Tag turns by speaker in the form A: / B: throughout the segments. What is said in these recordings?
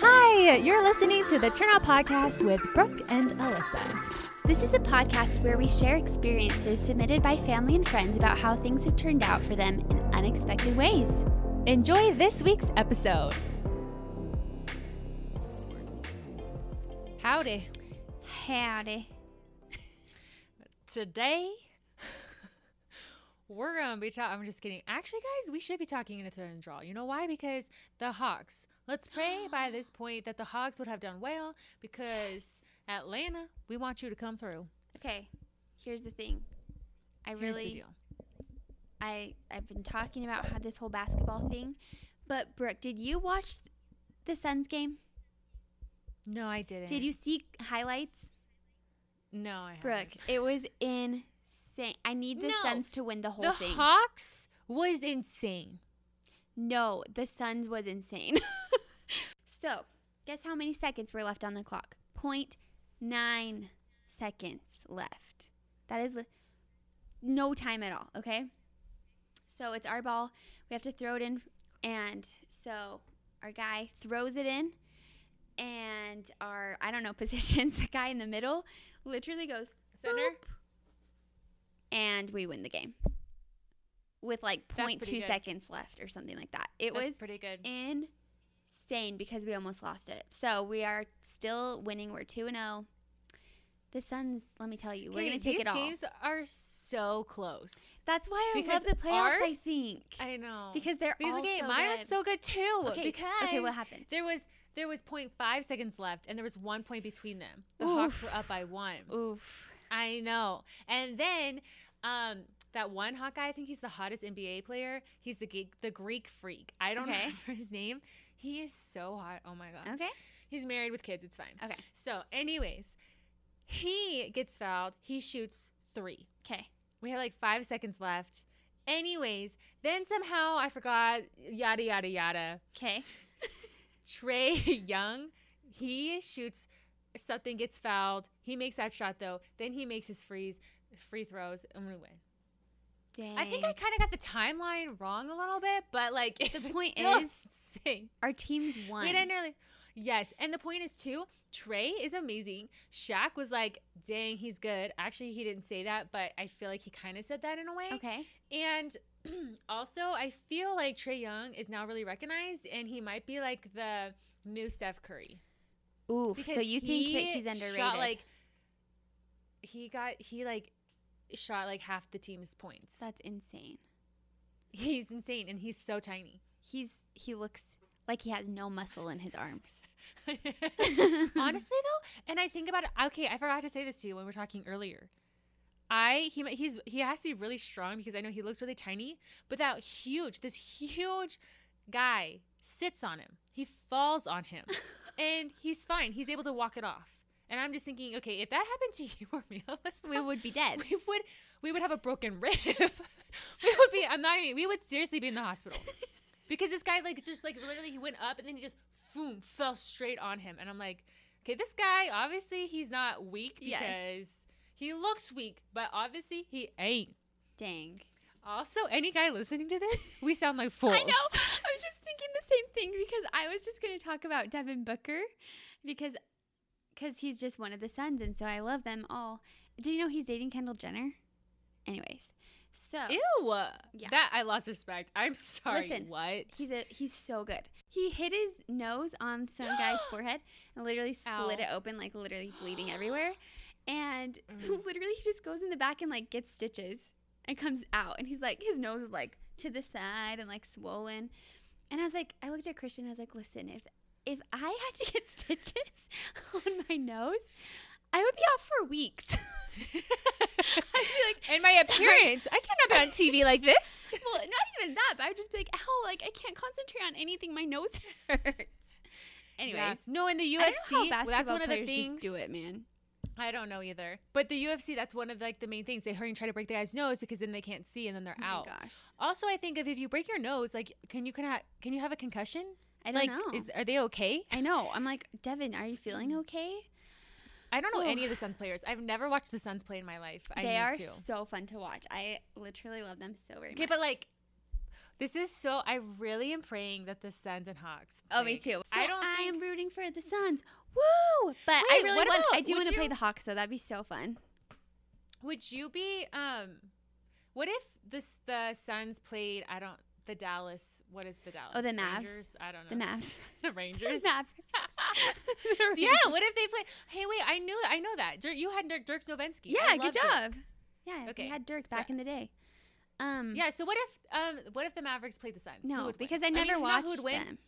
A: Hey, you're listening to the Turn Out Podcast with Brooke and Alyssa.
B: This is a podcast where we share experiences submitted by family and friends about how things have turned out for them in unexpected ways.
A: Enjoy this week's episode. Howdy.
B: Howdy.
A: Today, we're going to be talking. I'm just kidding. Actually, guys, we should be talking in a third and draw. You know why? Because the Hawks. Let's pray by this point that the Hawks would have done well because Atlanta, we want you to come through.
B: Okay, here's the thing. I
A: Here's
B: really
A: the deal.
B: I I've been talking about how this whole basketball thing, but Brooke, did you watch the Suns game?
A: No, I didn't.
B: Did you see highlights?
A: No, I haven't.
B: Brooke, it was insane. I need the
A: No.
B: Suns to win the whole
A: the
B: thing.
A: Hawks was insane.
B: no, the Suns was insane. so, guess how many seconds were left on the clock? Point nine seconds left. That is li- no time at all, okay? So, it's our ball. We have to throw it in. And so, our guy throws it in. And our, I don't know, positions, the guy in the middle literally goes,
A: Center.
B: Boop. and we win the game with like
A: That's pretty
B: 0.2
A: good.
B: seconds left or something like that. It
A: That's
B: was
A: pretty good.
B: insane because we almost lost it. So we are still winning. We're 2 and 0. The Suns, let me tell you, we're
A: Okay,
B: going to take
A: these
B: it all.
A: games are so close.
B: That's why I
A: Because
B: love the playoffs, I
A: ours-
B: think.
A: I know
B: because they're
A: Because
B: all
A: the game,
B: so
A: mine
B: good.
A: was so good too.
B: okay,
A: because
B: okay, what happened?
A: there was there was 0.5 seconds left, and there was one point between them. The Hawks
B: Oof.
A: were up by one.
B: Oof.
A: I know. And then um, that one Hawkeye, I think he's the hottest NBA player. He's the geek, the Greek freak. I don't
B: Okay.
A: remember his name. He is so hot. Oh my god.
B: Okay.
A: He's married with kids. It's fine.
B: Okay.
A: So, anyways, he gets fouled. He shoots three.
B: Okay.
A: We had like five seconds left. Anyways, then somehow I forgot yada yada yada.
B: Okay.
A: Trey Young, he shoots something, gets fouled. He makes that shot though. Then he makes his freeze free throws and we win.
B: Dang.
A: I think I kind of got the timeline wrong a little bit, but like
B: The point
A: still
B: is,
A: insane.
B: our team's won.
A: we didn't really. Yes, and the point is too. Trey is amazing. Shaq was like, "Dang, he's good." Actually, he didn't say that, but I feel like he kind of said that in a way.
B: okay.
A: And also, I feel like Trey Young is now really recognized, and he might be like the new Steph Curry.
B: Oof. So
A: Because
B: you think that
A: he
B: he's underrated?
A: Shot, like he got he like shot like half the team's points.
B: That's insane.
A: he's insane, and he's so tiny.
B: He's he looks like he has no muscle in his arms.
A: Honestly, though, and I think about it. Okay, I forgot to say this to you when we were talking earlier. I he mi- he's he has to be really strong because I know he looks really tiny, but that huge this huge guy sits on him. He falls on him, and he's fine. He's able to walk it off. And I'm just thinking, okay, if that happened to you or me, Alyssa,
B: we would be dead.
A: we would we would have a broken rib. we would be. I'm not even. We would seriously be in the hospital because this guy like just like literally he went up and then he just boom fell straight on him and I'm like, okay, this guy obviously he's not weak because
B: Yes.
A: he looks weak, but obviously he ain't.
B: Dang.
A: Also, any guy listening to this, we sound like fools.
B: I know. I was just thinking the same thing because I was just going to talk about Devin Booker because cuz he's just one of the sons and so I love them all. Do you know he's dating Kendall Jenner? Anyways. So
A: Ew.
B: Yeah.
A: That I lost respect. I'm sorry.
B: Listen,
A: what?
B: He's a he's so good. He hit his nose on some guy's forehead and literally split
A: Ow.
B: it open, like literally bleeding everywhere. And
A: Mm.
B: literally he just goes in the back and like gets stitches and comes out and he's like his nose is like to the side and like swollen. And I was like I looked at Christian, I was like, listen, if if I had to get stitches on my nose, I would be out for weeks. I'd be like,
A: and my appearance, I cannot be on TV like this.
B: well, not even that, but I would just be like, ow, like I can't concentrate on anything. My nose hurts. Anyways,
A: Yeah. no, in the UFC,
B: I don't know how
A: well, that's
B: basketball
A: one of the
B: players just
A: things.
B: do it, man.
A: I don't know either. But the UFC, that's one of like the main things. They hurry and try to break the guy's nose because then they can't see and then they're
B: Oh
A: out.
B: my gosh,
A: Also, I think if, if you break your nose, like, can you can ha- can you have a concussion?
B: I don't
A: like,
B: know.
A: Is, Mm. are they okay?
B: I know. I'm like, Devin, are you feeling okay?
A: I don't know
B: Oh.
A: any of the Suns players. I've never watched the Suns play in my life. I
B: they
A: need
B: are
A: to.
B: so fun to watch. I literally love them so very much.
A: okay, but like, This is so. I really am praying that the Suns and Hawks.
B: Oh, me
A: play.
B: too.
A: I
B: I
A: don't
B: don't. I
A: think-
B: am rooting for the Suns. Woo! But I
A: Wait,
B: really
A: what
B: want. I
A: about-
B: do
A: would
B: want to play
A: you-
B: the Hawks though. That'd be so fun.
A: Would you be? Um, what if this the Suns played? I don't. The Dallas. What is the Dallas?
B: Oh, the Mavs?
A: Rangers? I don't know.
B: The Mavs.
A: The Rangers.
B: The Mavericks. The
A: yeah.
B: Rangers.
A: What if they play? Hey, wait. I knew. I know that. Dirk, you had Dirk, Dirk Nowitzki. I
B: Yeah.
A: love
B: Good
A: Dirk.
B: job. Yeah. Okay.
A: Okay,
B: We had Dirk
A: so-
B: back in the day. Um.
A: Yeah. So what if? Um, what if the Mavericks played the Suns? Who
B: No,
A: would win?
B: because I
A: mean,
B: never
A: you know
B: watched
A: who would win?
B: them.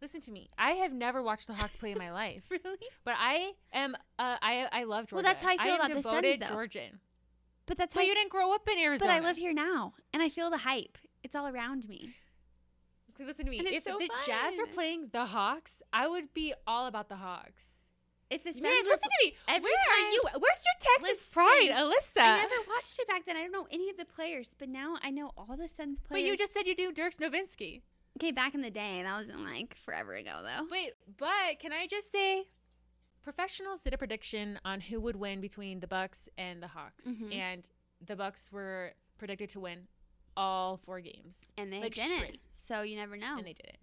A: Listen to me. I have never watched the Hawks play in my life,
B: Really?
A: but I am. Uh, I I love Georgia.
B: Well, that's how I feel
A: am
B: about the Suns,
A: devoted
B: though.
A: Georgian.
B: But that's how.
A: But you didn't grow up in Arizona.
B: but I live here now, and I feel the hype. It's all around me.
A: Okay, Listen to me.
B: And it's
A: If
B: so
A: the Jazz are
B: fun.
A: playing the Hawks, I would be all about the Hawks.
B: If the
A: You
B: Suns
A: guys,
B: were
A: listen to me.
B: every
A: Where are
B: time-
A: you? Where's your Texas
B: Listen,
A: pride, Alyssa?
B: I never watched it back then. I don't know any of the players, but now I know all the Suns
A: but
B: players.
A: you just said you do Dirk Nowitzki.
B: okay back in the day. That wasn't like forever ago though.
A: Wait, but can I just say, professionals did a prediction on who would win between the Bucks and the Hawks,
B: Mhm.
A: and the Bucks were predicted to win all four games,
B: And they
A: like,
B: didn't.
A: straight.
B: So you never know.
A: and they didn't.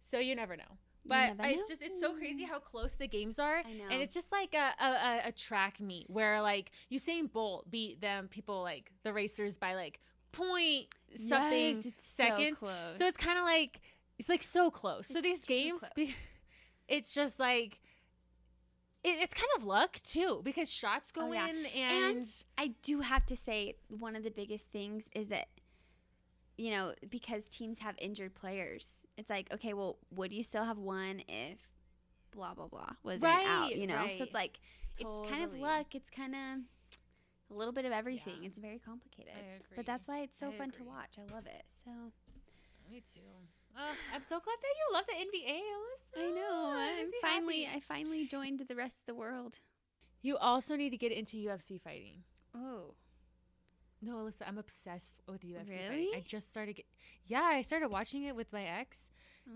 A: So you never know.
B: Oh. You
A: But
B: never
A: it's just it's so crazy
B: know.
A: how close the games are.
B: I know.
A: And it's just like a, a, a, a track meet where like Usain Bolt beat them people like the racers by like point something
B: Yes, it's
A: seconds.
B: So,
A: So,
B: close.
A: it's kind of like it's like so close. so
B: It's
A: these
B: too
A: games,
B: close.
A: be, it's just like it, it's kind of luck too because shots go
B: Oh, yeah.
A: in and,
B: And I do have to say one of the biggest things is that you know because teams have injured players. It's like okay, well, would you still have one if blah blah blah wasn't out?
A: Right,
B: You know, so
A: right.
B: it's like it's kind of
A: Totally.
B: luck. It's kind of a little bit of everything.
A: Yeah.
B: It's very complicated.
A: I
B: But that's why it's so
A: I
B: fun
A: agree.
B: to watch. I love it. So
A: me too. Uh, I'm so glad that you love the NBA, Alyssa.
B: I know.
A: It
B: Oh, I'm
A: makes me
B: finally
A: happy.
B: I finally joined the rest of the world.
A: You also need to get into UFC fighting.
B: Oh.
A: No, Alyssa, I'm obsessed with UFC. Fighting. I
B: Really?
A: just started. Get, yeah, I started watching it with my ex.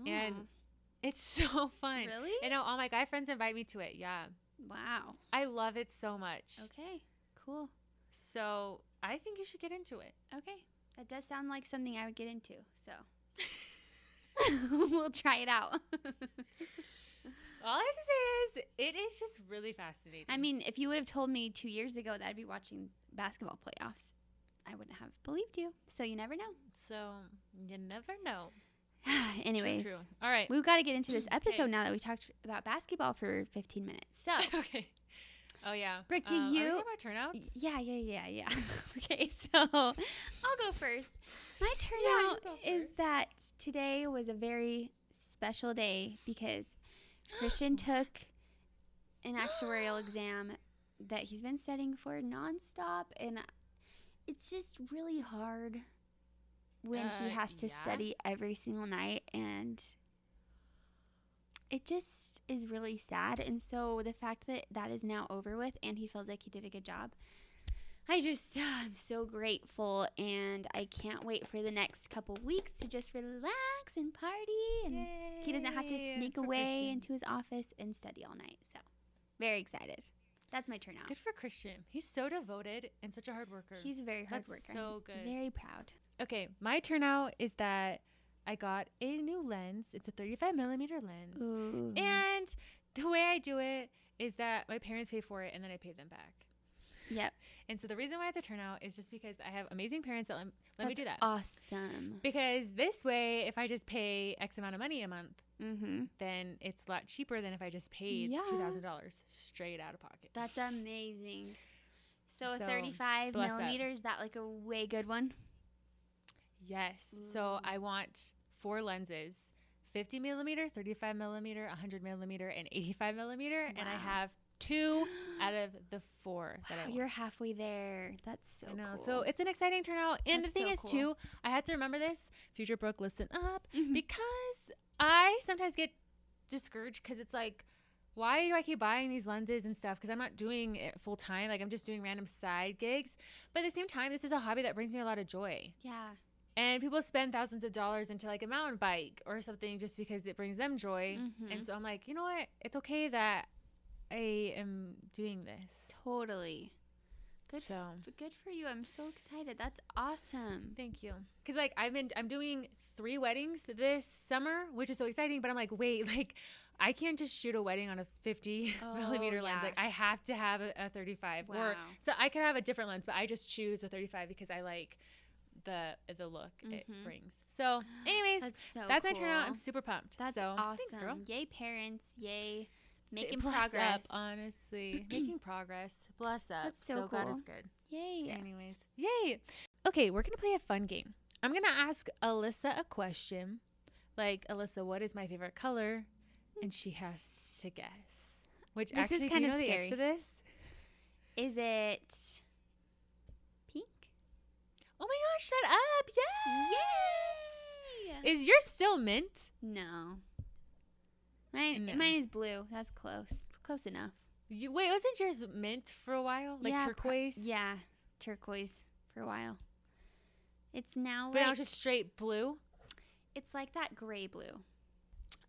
A: And It's so fun.
B: really?
A: And now all my guy friends invite me to it. Yeah,
B: wow.
A: I love it so much.
B: Okay. Cool.
A: So I think you should get into it.
B: Okay. That does sound like something I would get into. So we'll try it out.
A: All I have to say is it is just really fascinating.
B: I mean, if you would have told me two years ago that I'd be watching basketball playoffs, I wouldn't have believed you. So you never know.
A: so you never know. True,
B: Anyways,
A: true. All right.
B: we've got to get into this episode
A: Okay.
B: now that we talked about basketball for 15 minutes. So
A: okay. Oh yeah.
B: Brick, do
A: Um, are we
B: you-
A: talking about turnouts?
B: Yeah, yeah, yeah, yeah. okay, so I'll go first. My
A: you
B: turnout
A: go
B: is
A: first.
B: that today was a very special day because Christian took an actuarial exam that he's been studying for nonstop, and it's just really hard when
A: Uh,
B: he has to
A: yeah.
B: study every single night and it just is really sad and so the fact that that is now over with and he feels like he did a good job i just i'm so grateful and i can't wait for the next couple weeks to just relax and party and he doesn't have to
A: Yay,
B: sneak
A: for
B: away
A: Christian.
B: into his office and study all night so very excited that's my turnout
A: Good for Christian. He's so devoted and such a hard worker.
B: he's a very hard
A: That's
B: worker
A: so good.
B: very proud
A: Okay, my turnout is that I got a new lens. It's a 35 millimeter lens.
B: Ooh.
A: And the way I do it is that my parents pay for it and then I pay them back.
B: yep
A: And so the reason why it's a turnout is just because I have amazing parents that let, let me
B: That's
A: do that.
B: awesome
A: Because this way, if I just pay X amount of money a month,
B: mm-hmm
A: then it's a lot cheaper than if I just paid
B: Yeah.
A: $2,000 straight out of pocket.
B: That's amazing. So, a
A: So,
B: 35
A: bless up.
B: millimeter is that like a way good one?
A: Yes. So
B: Ooh.
A: I want four lenses 50 millimeter, 35 millimeter, 100 millimeter, and 85 millimeter. And I
B: Wow.
A: have two out of the four that I
B: Wow,
A: want.
B: you're halfway there. That's so
A: I know.
B: cool.
A: So it's an exciting turnout. And
B: That's
A: the thing
B: so
A: is,
B: cool.
A: too, I had to remember this. Future Brooke, listen up.
B: Mhm.
A: Because I sometimes get discouraged because it's like, why do I keep buying these lenses and stuff? Because I'm not doing it full time. Like, I'm just doing random side gigs. But at the same time, this is a hobby that brings me a lot of joy.
B: yeah.
A: And people spend thousands of dollars into like a mountain bike or something just because it brings them joy.
B: Mhm.
A: And so I'm like, you know what? It's okay that I am doing this.
B: Totally. Good.
A: So
B: f- Good for you. I'm so excited. That's awesome.
A: thank you. Cause like I've been I'm doing three weddings this summer, which is so exciting. But I'm like, wait, like I can't just shoot a wedding on a 50 millimeter
B: Oh,
A: lens.
B: yeah.
A: Like I have to have a, a 35 or
B: Wow.
A: so I could have a different lens, but I just choose a 35 because I like the the look it
B: Mhm.
A: brings. So, anyways, that's,
B: That's so
A: my turnout. I'm
B: cool.
A: super pumped.
B: That's
A: so,
B: awesome.
A: Thanks, girl.
B: Yay, parents. Yay, making
A: Bless
B: progress.
A: Up, honestly, making progress. Bless up.
B: That's so
A: God is
B: cool.
A: good.
B: Yay.
A: Anyways, yay! Okay, we're gonna play a fun game. I'm gonna ask Alyssa a question, like Alyssa, what is my favorite color? And she has to guess. Which
B: This is
A: actually,
B: kind
A: do you
B: of
A: know the
B: scary.
A: answer to this?
B: Is it pink?
A: Oh my gosh! Shut up!
B: Yes.
A: Yeah. Is yours still mint?
B: no. Mine,
A: No.
B: mine is blue. That's close. Close enough.
A: You, wait, wasn't yours mint for a while, like
B: Yeah, pro-
A: turquoise?
B: Yeah, turquoise for a while. It's now
A: But now
B: like
A: it's just straight blue.
B: it's like that gray blue.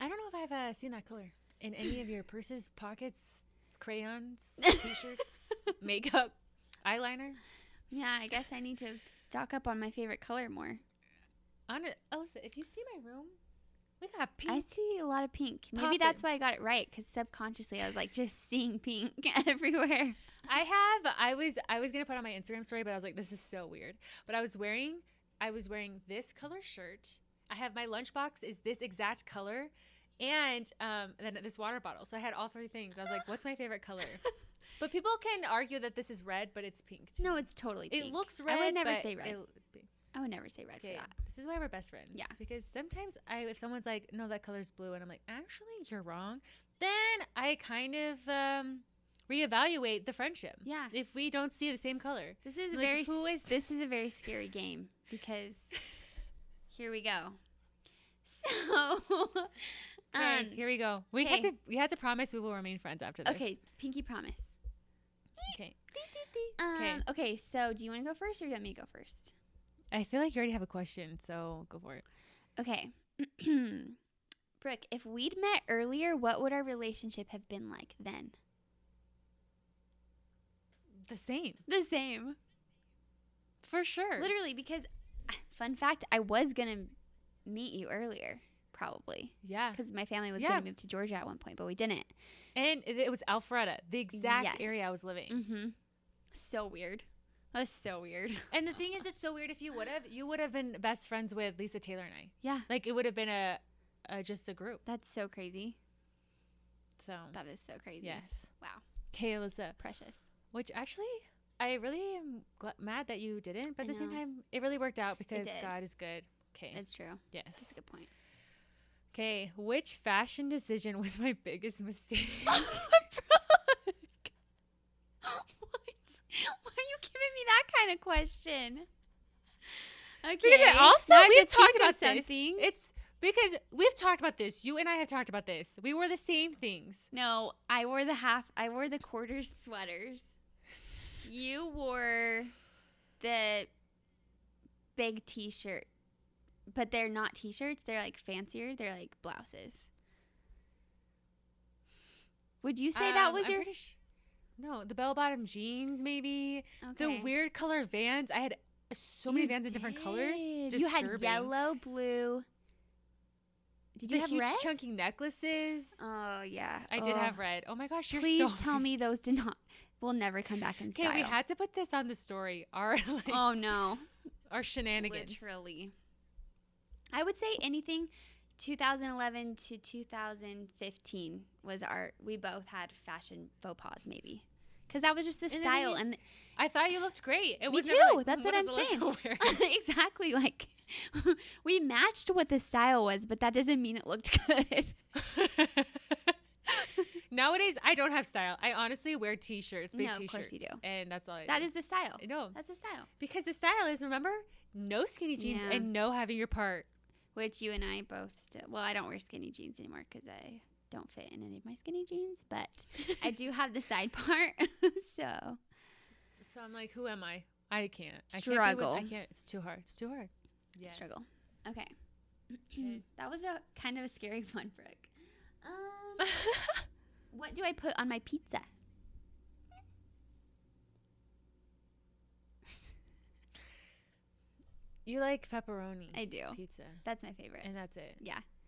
A: I don't know if I've uh, seen that color in any of your purses, pockets, crayons, t-shirts, makeup, eyeliner.
B: Yeah, I guess I need to stock up on my favorite color more.
A: On Alyssa, if you see my room, we got pink.
B: I see a lot of pink. Maybe
A: Poppin'.
B: that's why I got it right because subconsciously I was like just seeing pink everywhere.
A: I have. I was. I was gonna put on my Instagram story, but I was like, this is so weird. But I was wearing. I was wearing this color shirt. I have my lunchbox is this exact color, and um, then this water bottle. So I had all three things. I was like, what's my favorite color? but people can argue that this is red, but it's pink. to
B: No,
A: me.
B: it's totally
A: it
B: pink.
A: looks red.
B: I would never
A: but
B: say red.
A: it- it's pink.
B: I would never say red
A: Okay,
B: for that.
A: this is why we're best friends.
B: Yeah.
A: Because sometimes I, if someone's like, "No, that color's blue," and I'm like, "Actually, you're wrong," then I kind of um, reevaluate the friendship.
B: Yeah.
A: If we don't see the same color,
B: This is a
A: Like,
B: very
A: who is-
B: s- this is a very scary game because here we go. So
A: okay,
B: um,
A: here we go. We have
B: okay.
A: to. We have to promise we will remain friends after this.
B: okay, pinky promise.
A: Okay. Okay.
B: Um, okay, so do you want to go first or do you want me to go first?
A: I feel like you already have a question, so go for it.
B: Okay. Brooke, if we'd met earlier, what would our relationship have been like then?
A: The same,
B: The same.
A: for sure.
B: Literally, because fun fact, I was going to meet you earlier, probably.
A: Yeah.
B: Because my family was
A: Yeah.
B: going to move to Georgia at one point, but we didn't.
A: And it, it was Alpharetta, the exact
B: Yes.
A: area I was living.
B: Mm-hmm. So weird. That's so weird.
A: And the thing is, it's so weird. If you would have, you would have been best friends with Lisa Taylor and I.
B: Yeah.
A: like it would have been a, a just a group
B: That's so crazy.
A: so
B: That is so crazy.
A: yes
B: Wow.
A: okay alyssa
B: Precious.
A: which actually i really am gl- mad that you didn't but at
B: I
A: the same
B: know.
A: time it really worked out because
B: did.
A: god is good okay
B: It's true. That's a
A: yes
B: good point.
A: okay which fashion decision was my biggest mistake
B: Brooke. what? Why are you giving me that kind of question? Okay.
A: because I also
B: now I have
A: we've
B: to think
A: talked
B: of
A: about something. this it's because we've talked about this you and i have talked about this we wore the same things
B: No, I wore the half. I wore the quarter sweaters. You wore the big T-shirt, but they're not T-shirts. They're like fancier. They're like blouses. Would you say that
A: Um,
B: was
A: I'm
B: your
A: pretty sh- no the bell-bottom jeans maybe
B: Okay.
A: The weird color vans. I had so many
B: You
A: vans in different colors.
B: did. You had
A: Disturbing.
B: yellow, blue. Did you
A: the
B: have
A: huge
B: red?
A: chunky necklaces.
B: oh yeah,
A: I did
B: Ugh.
A: have red. Oh my gosh, you're
B: Please
A: so
B: tell me those did not. Will never come back in
A: Okay,
B: style.
A: we had to put this on the story. Our like,
B: oh no.
A: our shenanigans.
B: Literally. I would say anything 2011 to 2015 was our, we both had fashion faux pas maybe. Because that was just the
A: And the thing
B: style.
A: is-
B: and
A: I thought you looked great. It
B: Me
A: was never
B: too.
A: like,
B: That's
A: "What
B: what
A: is
B: I'm saying."
A: Alyssa wearing?"
B: exactly. Like we matched what the style was, but that doesn't mean it looked good.
A: Nowadays, I don't have style. I honestly wear t-shirts, big
B: No, of
A: t-shirts,
B: course you do.
A: and that's all. I
B: that
A: do.
B: is the style.
A: no
B: That's the style.
A: because the style is remember no skinny jeans
B: Yeah.
A: and no having your part.
B: Which you and I both still, well, I don't wear skinny jeans anymore because I don't fit in any of my skinny jeans, but I do have the side part. so.
A: So I'm like, who am I? I can't. I
B: Struggle.
A: Can't do it. I can't. It's too hard. It's too hard. Yes.
B: struggle. Okay.
A: Okay.
B: that was a kind of a scary one, Brooke. Um, what do I put on my pizza?
A: You like pepperoni
B: I do.
A: pizza,
B: That's my favorite.
A: and that's it.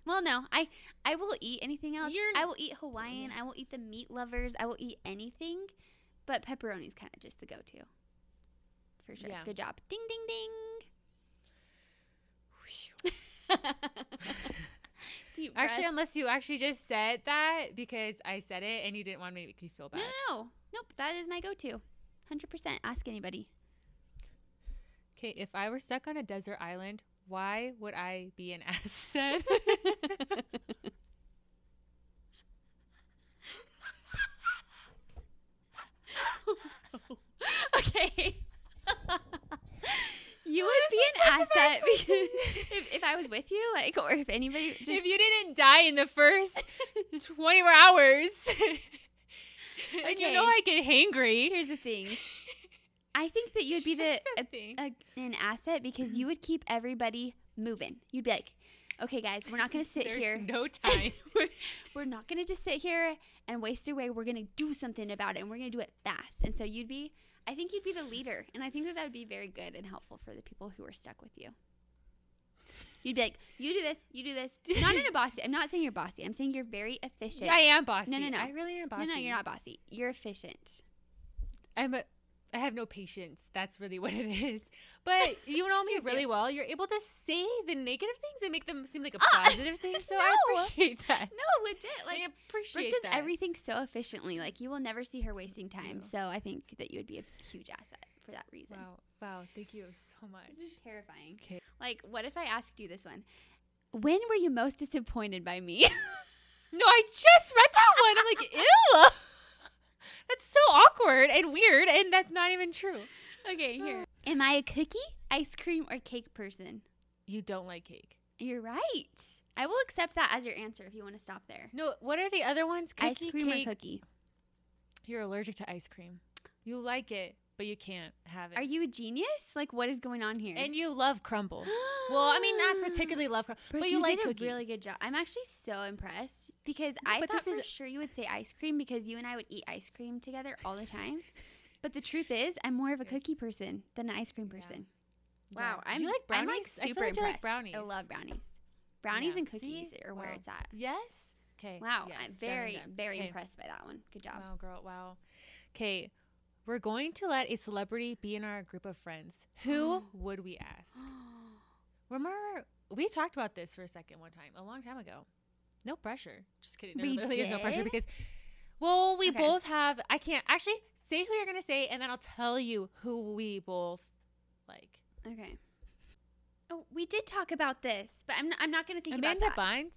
B: Well, no, I I will eat anything else.
A: You're-
B: I will eat Hawaiian. I will eat the meat lovers. I will eat anything, but pepperoni's kind of just the go-to. For sure.
A: Yeah.
B: Good job. Ding ding ding. Deep
A: Actually,
B: breath.
A: unless you actually just said that because I said it and you didn't want to make me feel
B: no,
A: bad.
B: no, no, nope. That is my go-to. Hundred percent. Ask anybody.
A: Okay, if I were stuck on a desert island, why would I be an asset?
B: okay. you would be an asset because if, if I was with you, like, or if anybody just
A: if you didn't die in the first 24 hours, and you know
B: Okay.
A: I get hangry.
B: Here's the thing. I think that you'd be the
A: Here's
B: a,
A: thing.
B: a, an asset because you would keep everybody moving. You'd be like, "Okay, guys, we're not gonna sit
A: There's
B: here.
A: no time.
B: we're not gonna just sit here and waste away. We're gonna do something about it, and we're gonna do it fast." And so you'd be, I think you'd be the leader, and I think that that would be very good and helpful for the people who are stuck with you. You'd be like, "You do this, you do this." Not in a bossy. I'm not saying you're bossy. I'm saying you're very efficient.
A: I am bossy.
B: no.
A: I really am bossy.
B: No, no, you're not bossy. You're efficient.
A: I'm a, I have no patience. That's really what it is. But you know me
B: You do.
A: really well. You're able to say the negative things and make them seem like a
B: Ah,
A: positive thing. So I
B: no.
A: appreciate that.
B: No, legit.
A: I appreciate
B: Brooke does
A: that.
B: everything so efficiently. Like you will never see her wasting time.
A: you.
B: So I think that you would be a huge asset for that reason.
A: Wow. Wow. Thank you so much.
B: This is terrifying.
A: Okay.
B: Like, what if I asked you this one? When were you most disappointed by me?
A: No, I just read that one. I'm like, ew. That's so awkward and weird, and that's not even true.
B: okay, here. Am I a cookie, ice cream, or cake person?
A: You don't like cake.
B: You're right. I will accept that as your answer if you want to stop there.
A: No, what are the other ones? Cookie,
B: ice cream
A: cake.
B: or cookie?
A: You're allergic to ice cream. You like it, but you can't have it.
B: Are you a genius? Like, what is going on here?
A: and you love crumble. Well, I mean, not particularly love crumble,
B: Brooke,
A: but you, like
B: did
A: cookies.
B: a really good job. I'm actually so impressed because
A: No,
B: I
A: but
B: thought
A: this
B: for
A: is-
B: sure you would say ice cream because you and I would eat ice cream together all the time. but the truth is, I'm more of a
A: Yes.
B: cookie person than an ice cream
A: Yeah.
B: person.
A: Yeah.
B: Wow, I'm
A: Do you like
B: I'm like
A: brownies? I feel
B: super
A: like you like
B: impressed.
A: brownies.
B: I love brownies. Brownies
A: Yeah.
B: and cookies
A: See?
B: are where
A: Wow.
B: it's at.
A: Yes. Okay.
B: Wow,
A: yes,
B: I'm
A: done,
B: very
A: done.
B: very
A: 'Kay.
B: impressed by that one. Good job.
A: Wow, girl. Wow. Okay. We're going to let a celebrity be in our group of friends.
B: Oh.
A: Who would we ask? Remember, we talked about this for a second one time, a long time ago. No pressure. Just kidding. There
B: We
A: literally is no pressure
B: did?
A: because, well, we
B: Okay.
A: both have. I can't actually say who you're going to say, and then I'll tell you who we both like.
B: okay. Oh, we did talk about this, but I'm not, I'm not going to think
A: Amanda
B: about that.
A: Bynes.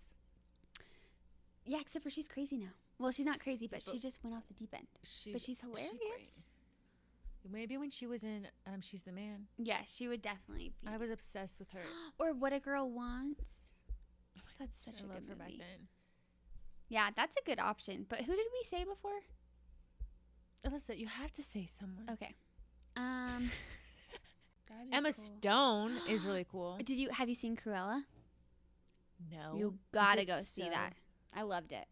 B: yeah, except for she's crazy now. Well, she's not crazy, but she just went off the deep end.
A: She's,
B: But she's
A: she
B: hilarious.
A: great. Maybe when she was in um, She's the Man,
B: Yeah, she would definitely be.
A: I was obsessed with her.
B: or What a Girl Wants.
A: Oh my
B: That's
A: gosh,
B: such
A: I
B: a
A: loved
B: good
A: her back
B: movie.
A: then.
B: Yeah, that's a good option. But who did we say before?
A: Alyssa, you have to say someone.
B: Okay. Um that'd be
A: Mm. Emma
B: cool.
A: Stone is really cool.
B: Did you have you seen Cruella?
A: No.
B: You got to
A: it
B: go see
A: so?
B: that. I loved it.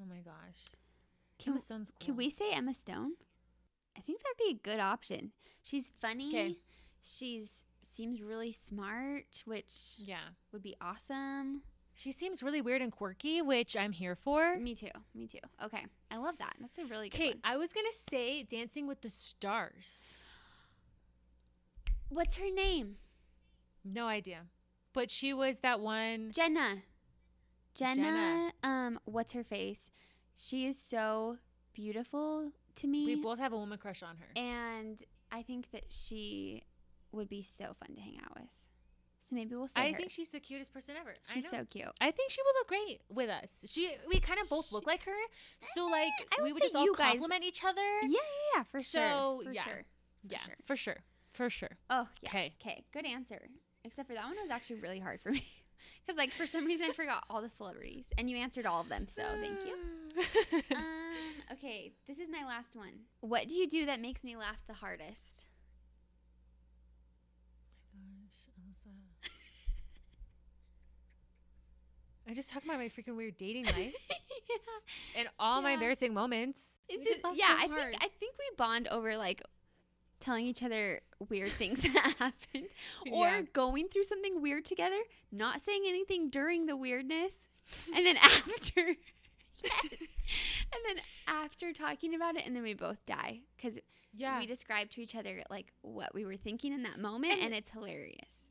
A: Oh my gosh.
B: Can
A: Emma
B: we,
A: Stone's cool.
B: can we say Emma Stone? I think that'd be a good option. She's funny.
A: 'Kay.
B: She's seems really smart, which
A: Yeah.
B: would be awesome.
A: She seems really weird and quirky, which I'm here for.
B: Me too. Me too. Okay. I love that. That's a really good
A: Okay,
B: one.
A: I was gonna say Dancing with the Stars.
B: What's her name?
A: No idea, but she was that one.
B: Jenna. Jenna.
A: Jenna.
B: Um, what's her face? She is so beautiful to me.
A: We both have a woman crush on her.
B: and I think that she would be so fun to hang out with. So maybe we'll say
A: I
B: her.
A: think she's the cutest person ever.
B: she's
A: I know.
B: so cute.
A: I think she would look great with us. She, we kind of both
B: She-
A: look like her, so like
B: Eh, I
A: we
B: would
A: would just
B: say
A: all
B: you guys-
A: compliment each other.
B: Yeah, yeah, yeah, for
A: So,
B: sure. For
A: yeah.
B: sure.
A: yeah,
B: sure.
A: for sure, for sure.
B: Oh, yeah.
A: Okay,
B: Okay, good answer. Except for that one was actually really hard for me. Because, like, for some reason I forgot all the celebrities. And you answered all of them, Um, so thank you.
A: you.
B: Um, okay, this is my last one. What do you do that makes me laugh the hardest?
A: Gosh, Elsa. I just talked about my freaking weird dating life and all my
B: Yeah.
A: embarrassing moments.
B: It's
A: We
B: just,
A: laugh
B: yeah,
A: so
B: I
A: hard.
B: think I think we bond over like telling each other weird things that happened or
A: Yeah.
B: going through something weird together, not saying anything during the weirdness, and then after. Yes. And then after talking about it, and then we both die because
A: Yeah.
B: we describe to each other like what we were thinking in that moment,
A: And-
B: and it's hilarious.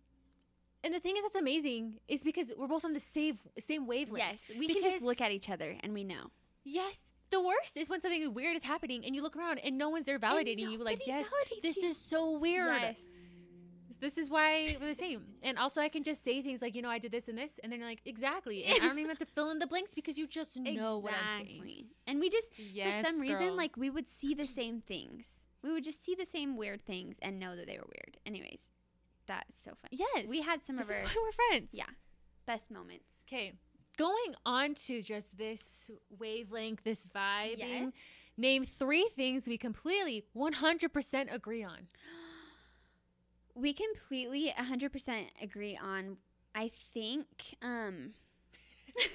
A: and the thing is that's amazing is because we're both on the same same wavelength.
B: Yes, we can just
A: Because-
B: look at each other and we know.
A: Yes. The worst is when something weird is happening and you look around and no one's there validating you like,
B: nobody
A: yes,
B: validates
A: this
B: you."
A: is so weird.
B: Yes.
A: This is why we're the same. and also I can just say things like, you know, I did this and this and then you're like, exactly. And I don't even have to fill in the blanks because you just know what I'm saying.
B: Exactly. And we just,
A: Yes,
B: for some reason,
A: girl.
B: like we would see the same things. We would just see the same weird things and know that they were weird. Anyways, that's so fun.
A: Yes.
B: We had some
A: this
B: of our
A: is why we're friends.
B: Yeah. best moments.
A: Okay. Going on to just this wavelength, this vibing,
B: Yes.
A: name three things we completely 100% agree on.
B: We completely 100% agree on, I think, um,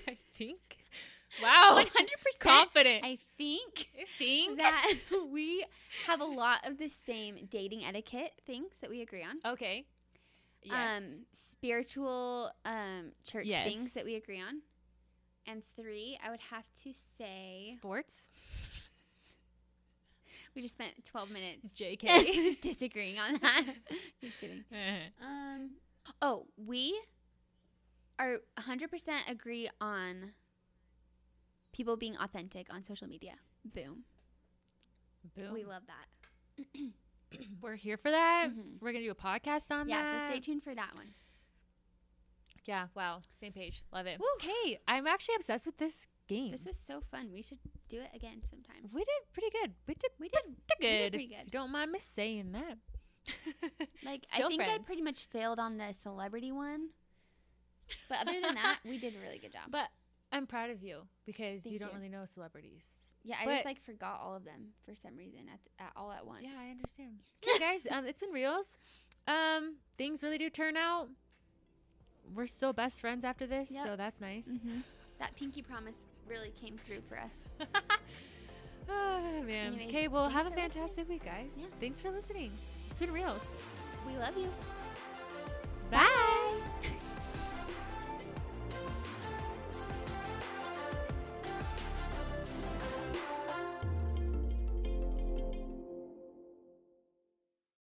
A: I think. Wow.
B: 100%.
A: Oh, Confident.
B: I think
A: I think.
B: that we have a lot of the same dating etiquette things that we agree on.
A: okay. Yes.
B: um spiritual um church things that
A: Yes.
B: we agree on and three i would have to say
A: Sports.
B: we just spent 12 minutes
A: JK.
B: disagreeing on that just kidding um oh we are 100% agree on people being authentic on social media boom,
A: Boom.
B: we love that
A: We're here for that.
B: Mhm.
A: We're going to do a podcast on
B: yeah
A: that.
B: so stay tuned for that one
A: Yeah. Wow. Same page. Love it.
B: Woo.
A: Okay. I'm actually obsessed with this game.
B: this was so fun we should do it again sometime
A: we did pretty good. We did.
B: we did
A: pretty
B: we
A: good.
B: did pretty
A: if
B: good.
A: You don't mind me saying that.
B: Like I
A: Still
B: think I
A: friends.
B: pretty much failed on the celebrity one. But other than that, we did a really good job.
A: But I'm proud of you because
B: Thank
A: you don't
B: you.
A: really know celebrities.
B: yeah, I
A: but-
B: just like forgot all of them for some reason at, at all at once.
A: Yeah, I understand. Okay, guys, um, it's been reels. Um, things really do turn out. We're still best friends after this,
B: Yep.
A: so that's nice.
B: Mhm. That pinky promise really came through for us.
A: oh man.
B: Anyways,
A: Okay, well,
B: thanks
A: have a
B: for listening.
A: fantastic week, guys.
B: Yeah.
A: Thanks for listening. It's been reels.
B: We love you.